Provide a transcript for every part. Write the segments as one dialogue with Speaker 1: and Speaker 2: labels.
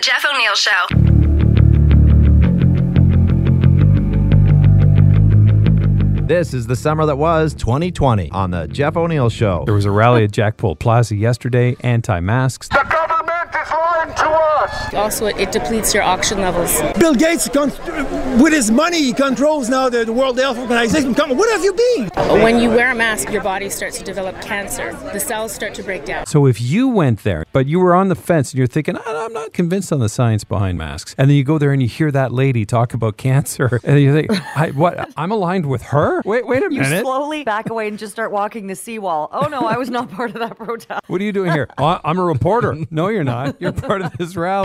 Speaker 1: Jeff O'Neill Show.
Speaker 2: This is the summer that was 2020 on the Jeff O'Neill Show.
Speaker 3: There was a rally at Jack Pool Plaza yesterday, anti masks.
Speaker 4: The government is lying to us.
Speaker 5: Also, it depletes your oxygen levels.
Speaker 6: Bill Gates, con- with his money, he controls now the, the World Health Organization. Come, where have you been?
Speaker 5: When you wear a mask, your body starts to develop cancer. The cells start to break down.
Speaker 3: So if you went there, but you were on the fence and you're thinking, "I- I'm not convinced on the science behind masks, and then you go there and you hear that lady talk about cancer, and you think, I, "What? I'm aligned with her? Wait, wait a
Speaker 7: You
Speaker 3: minute.
Speaker 7: slowly back away and just start walking the seawall. Oh no, I was not part of that protest.
Speaker 3: What are you doing here? "Oh, I'm a reporter. No, you're not. You're part of this rally."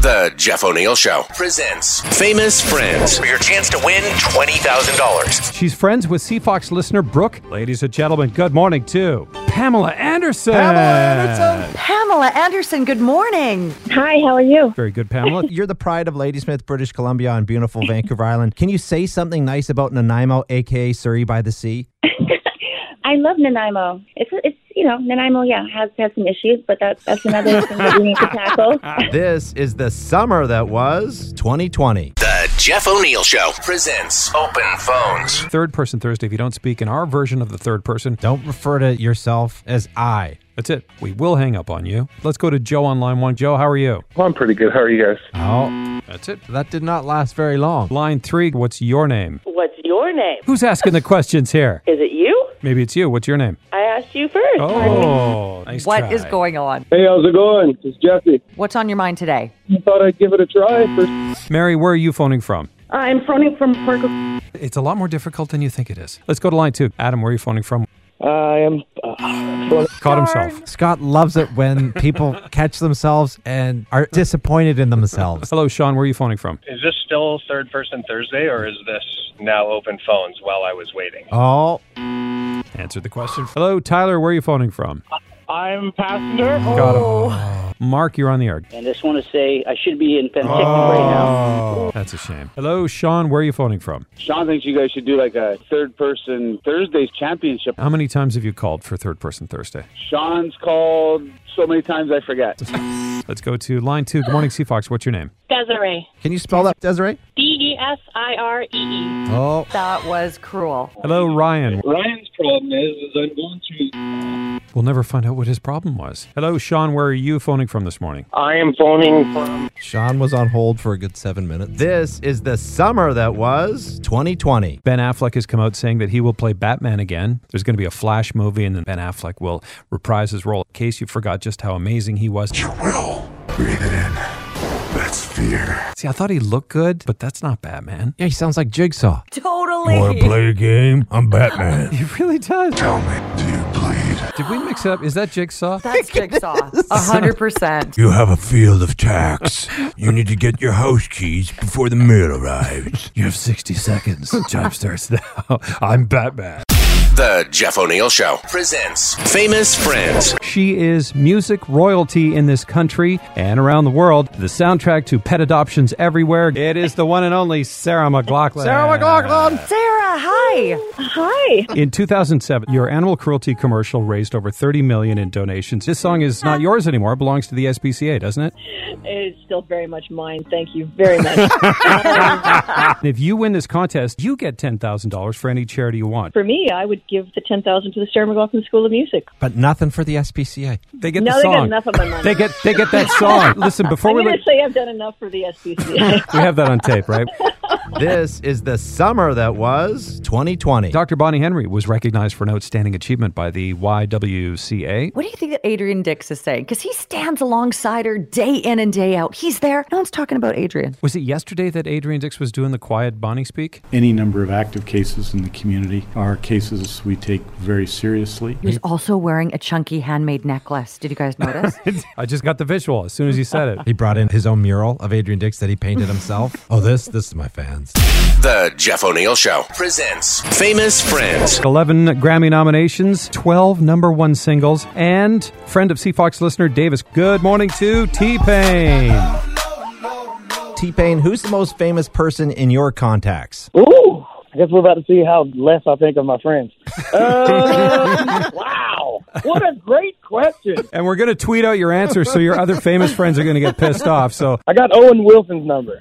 Speaker 8: The Jeff O'Neill Show presents Famous Friends for your chance to win $20,000.
Speaker 3: She's friends with Seafox listener Brooke. Ladies and gentlemen, good morning to Pamela Anderson.
Speaker 2: Pamela Anderson.
Speaker 7: Pamela Anderson, good morning.
Speaker 9: Hi, how are you?
Speaker 3: Very good, Pamela.
Speaker 2: You're the pride of Ladysmith, British Columbia, and beautiful Vancouver Island. Can you say something nice about Nanaimo, aka Surrey by the Sea?
Speaker 9: I love Nanaimo. It's it's you know Nanaimo, yeah, has has some issues, but that's that's another thing that we need to tackle.
Speaker 2: This is the summer that was 2020.
Speaker 8: The Jeff O'Neill Show presents Open Phones.
Speaker 3: Third person Thursday. If you don't speak in our version of the third person,
Speaker 2: Don't refer to yourself as I.
Speaker 3: That's it. We will hang up on you. Let's go to Joe on line one. Joe, how are you?
Speaker 4: Well, I'm pretty good. How are you guys?
Speaker 2: Oh,
Speaker 3: That's it.
Speaker 2: that did not last very long.
Speaker 3: Line three, what's your name?
Speaker 10: What's your name?
Speaker 3: Who's asking the questions here?
Speaker 10: Is it you?
Speaker 3: Maybe it's you. What's your name?
Speaker 10: I asked you first.
Speaker 3: Oh, nice
Speaker 7: What is
Speaker 3: try.
Speaker 7: going on?
Speaker 4: Hey, how's it going? It's Jeffy.
Speaker 7: What's on your mind today?
Speaker 4: I thought I'd give it a try. First.
Speaker 3: Mary, where are you phoning from?
Speaker 10: I'm phoning from Parker.
Speaker 3: It's a lot more difficult than you think it is. Let's go to line two. Adam, where are you phoning from?
Speaker 4: I am. Uh,
Speaker 3: Caught himself.
Speaker 2: Scott loves it when people catch themselves and are disappointed in themselves.
Speaker 3: Hello, Sean. Where are you phoning from?
Speaker 11: Is this still third person Thursday or is this now open phones while I was waiting?
Speaker 2: Oh,
Speaker 3: Answer the question. Hello, Tyler. Where are you phoning from?
Speaker 11: I'm passenger.
Speaker 3: Got him. Mark, you're on the air.
Speaker 10: And I just want to say I should be in Penticton
Speaker 3: Oh, That's a shame. Hello, Sean. Where are you phoning from?
Speaker 11: Sean thinks you guys should do like a third person Thursday's championship.
Speaker 3: How many times have you called for third person Thursday?
Speaker 11: Sean's called so many times I forget.
Speaker 3: Let's go to line two. Good morning, Seafox. What's your name?
Speaker 9: Desiree,
Speaker 2: can you spell that, Desiree?
Speaker 9: D E S I R E E.
Speaker 2: Oh,
Speaker 7: That was cruel.
Speaker 3: Hello, Ryan.
Speaker 11: Ryan's problem is, is I'm going to.
Speaker 3: We'll never find out what his problem was. Hello, Sean. Where are you phoning from this morning?
Speaker 11: I am phoning from.
Speaker 2: Sean was on hold for a good seven minutes. This is the summer that was 2020.
Speaker 3: Ben Affleck has come out saying that he will play Batman again. There's going to be a Flash movie, and then Ben Affleck will reprise his role. In case you forgot just how amazing he was.
Speaker 4: Will. Breathe it in. That's fear.
Speaker 3: See, I thought he looked good, but that's not Batman.
Speaker 2: Yeah, he sounds like Jigsaw.
Speaker 7: Totally.
Speaker 4: play a game? I'm Batman.
Speaker 3: He really does.
Speaker 4: Tell me, do you bleed?
Speaker 3: Did we mix it up? Is that Jigsaw?
Speaker 7: That's jigsaw. A hundred percent.
Speaker 4: You have a field of tax. You need to get your house keys before the mail arrives.
Speaker 3: You have 60 seconds. Time starts now. I'm Batman.
Speaker 8: The Jeff O'Neill Show presents Famous Friends.
Speaker 3: She is music royalty in this country and around the world. The soundtrack to pet adoptions everywhere. It is the one and only Sarah McLaughlin. Sarah McLaughlin.
Speaker 7: Um, Sarah, hi.
Speaker 9: Hi.
Speaker 3: In 2007, your animal cruelty commercial raised over 30 million in donations. This song is not yours anymore; it belongs to the SPCA, doesn't it?
Speaker 9: It's still very much mine. Thank you very much.
Speaker 3: And if you win this contest, you get $10,000 for any charity you want.
Speaker 9: For me, I would give the ten thousand to the Sarah McLaughlin School of Music.
Speaker 2: But nothing for the SPCA.
Speaker 3: They get
Speaker 9: No,
Speaker 3: the
Speaker 9: they got
Speaker 3: song.
Speaker 9: enough of my money.
Speaker 3: They get they get that song. Listen, before
Speaker 9: I'm
Speaker 3: we
Speaker 9: going
Speaker 3: let,
Speaker 9: to say I've done enough for the SBCA.
Speaker 3: we have that on tape, right?
Speaker 2: This is the summer that was 2020.
Speaker 3: Dr. Bonnie Henry was recognized for an outstanding achievement by the YWCA.
Speaker 7: What do you think that Adrian Dix is saying? Because he stands alongside her day in and day out. He's there. No one's talking about Adrian.
Speaker 3: Was it yesterday that Adrian Dix was doing the quiet Bonnie speak?
Speaker 11: Any number of active cases in the community are cases we take very seriously.
Speaker 7: He was also wearing a chunky handmade necklace. Did you guys notice?
Speaker 3: I just got the visual as soon as you said it.
Speaker 2: He brought in his own mural of Adrian Dix that he painted himself. oh, this this is my fans.
Speaker 8: The Jeff O'Neill Show presents Famous Friends.
Speaker 3: 11 Grammy nominations, 12 number one singles, and friend of Seafox listener Davis. Good morning to T Pain.
Speaker 2: T Pain, who's the most famous person in your contacts?
Speaker 10: Ooh, I guess we're about to see how less I think of my friends. Um, wow.
Speaker 1: What a great question.
Speaker 3: And we're going to tweet out your answer so your other famous friends are going to get pissed off. So
Speaker 1: I got Owen Wilson's number.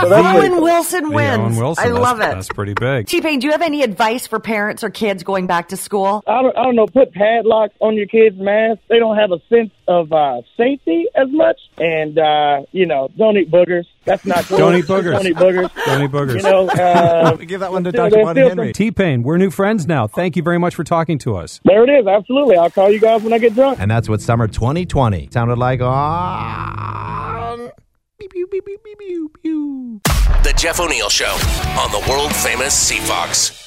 Speaker 1: So that's
Speaker 7: Owen
Speaker 1: it.
Speaker 7: Wilson
Speaker 3: Yeah,
Speaker 7: Oh, wins.
Speaker 3: Owen Wilson,
Speaker 7: I
Speaker 3: that's-
Speaker 7: love it.
Speaker 3: That's pretty big.
Speaker 7: T Pain, do you have any advice for parents or kids going back to school?
Speaker 1: I don't, I don't know. Put padlocks on your kids' masks. They don't have a sense of uh, safety as much, and uh, you know, don't eat boogers. That's not cool.
Speaker 3: Don't eat boogers.
Speaker 1: Don't eat boogers.
Speaker 3: Don't eat boogers.
Speaker 1: You know, uh,
Speaker 2: give that one to
Speaker 1: there's still-
Speaker 2: Dr. Bonnie
Speaker 1: there's still
Speaker 2: Henry.
Speaker 3: T Pain, we're new friends now. Thank you very much for talking to us.
Speaker 1: some- There it is. Absolutely. I'll call you guys when I get drunk.
Speaker 2: And that's what summer 2020 sounded like. Ah.
Speaker 8: The Jeff O'Neill Show on the world famous Seafox.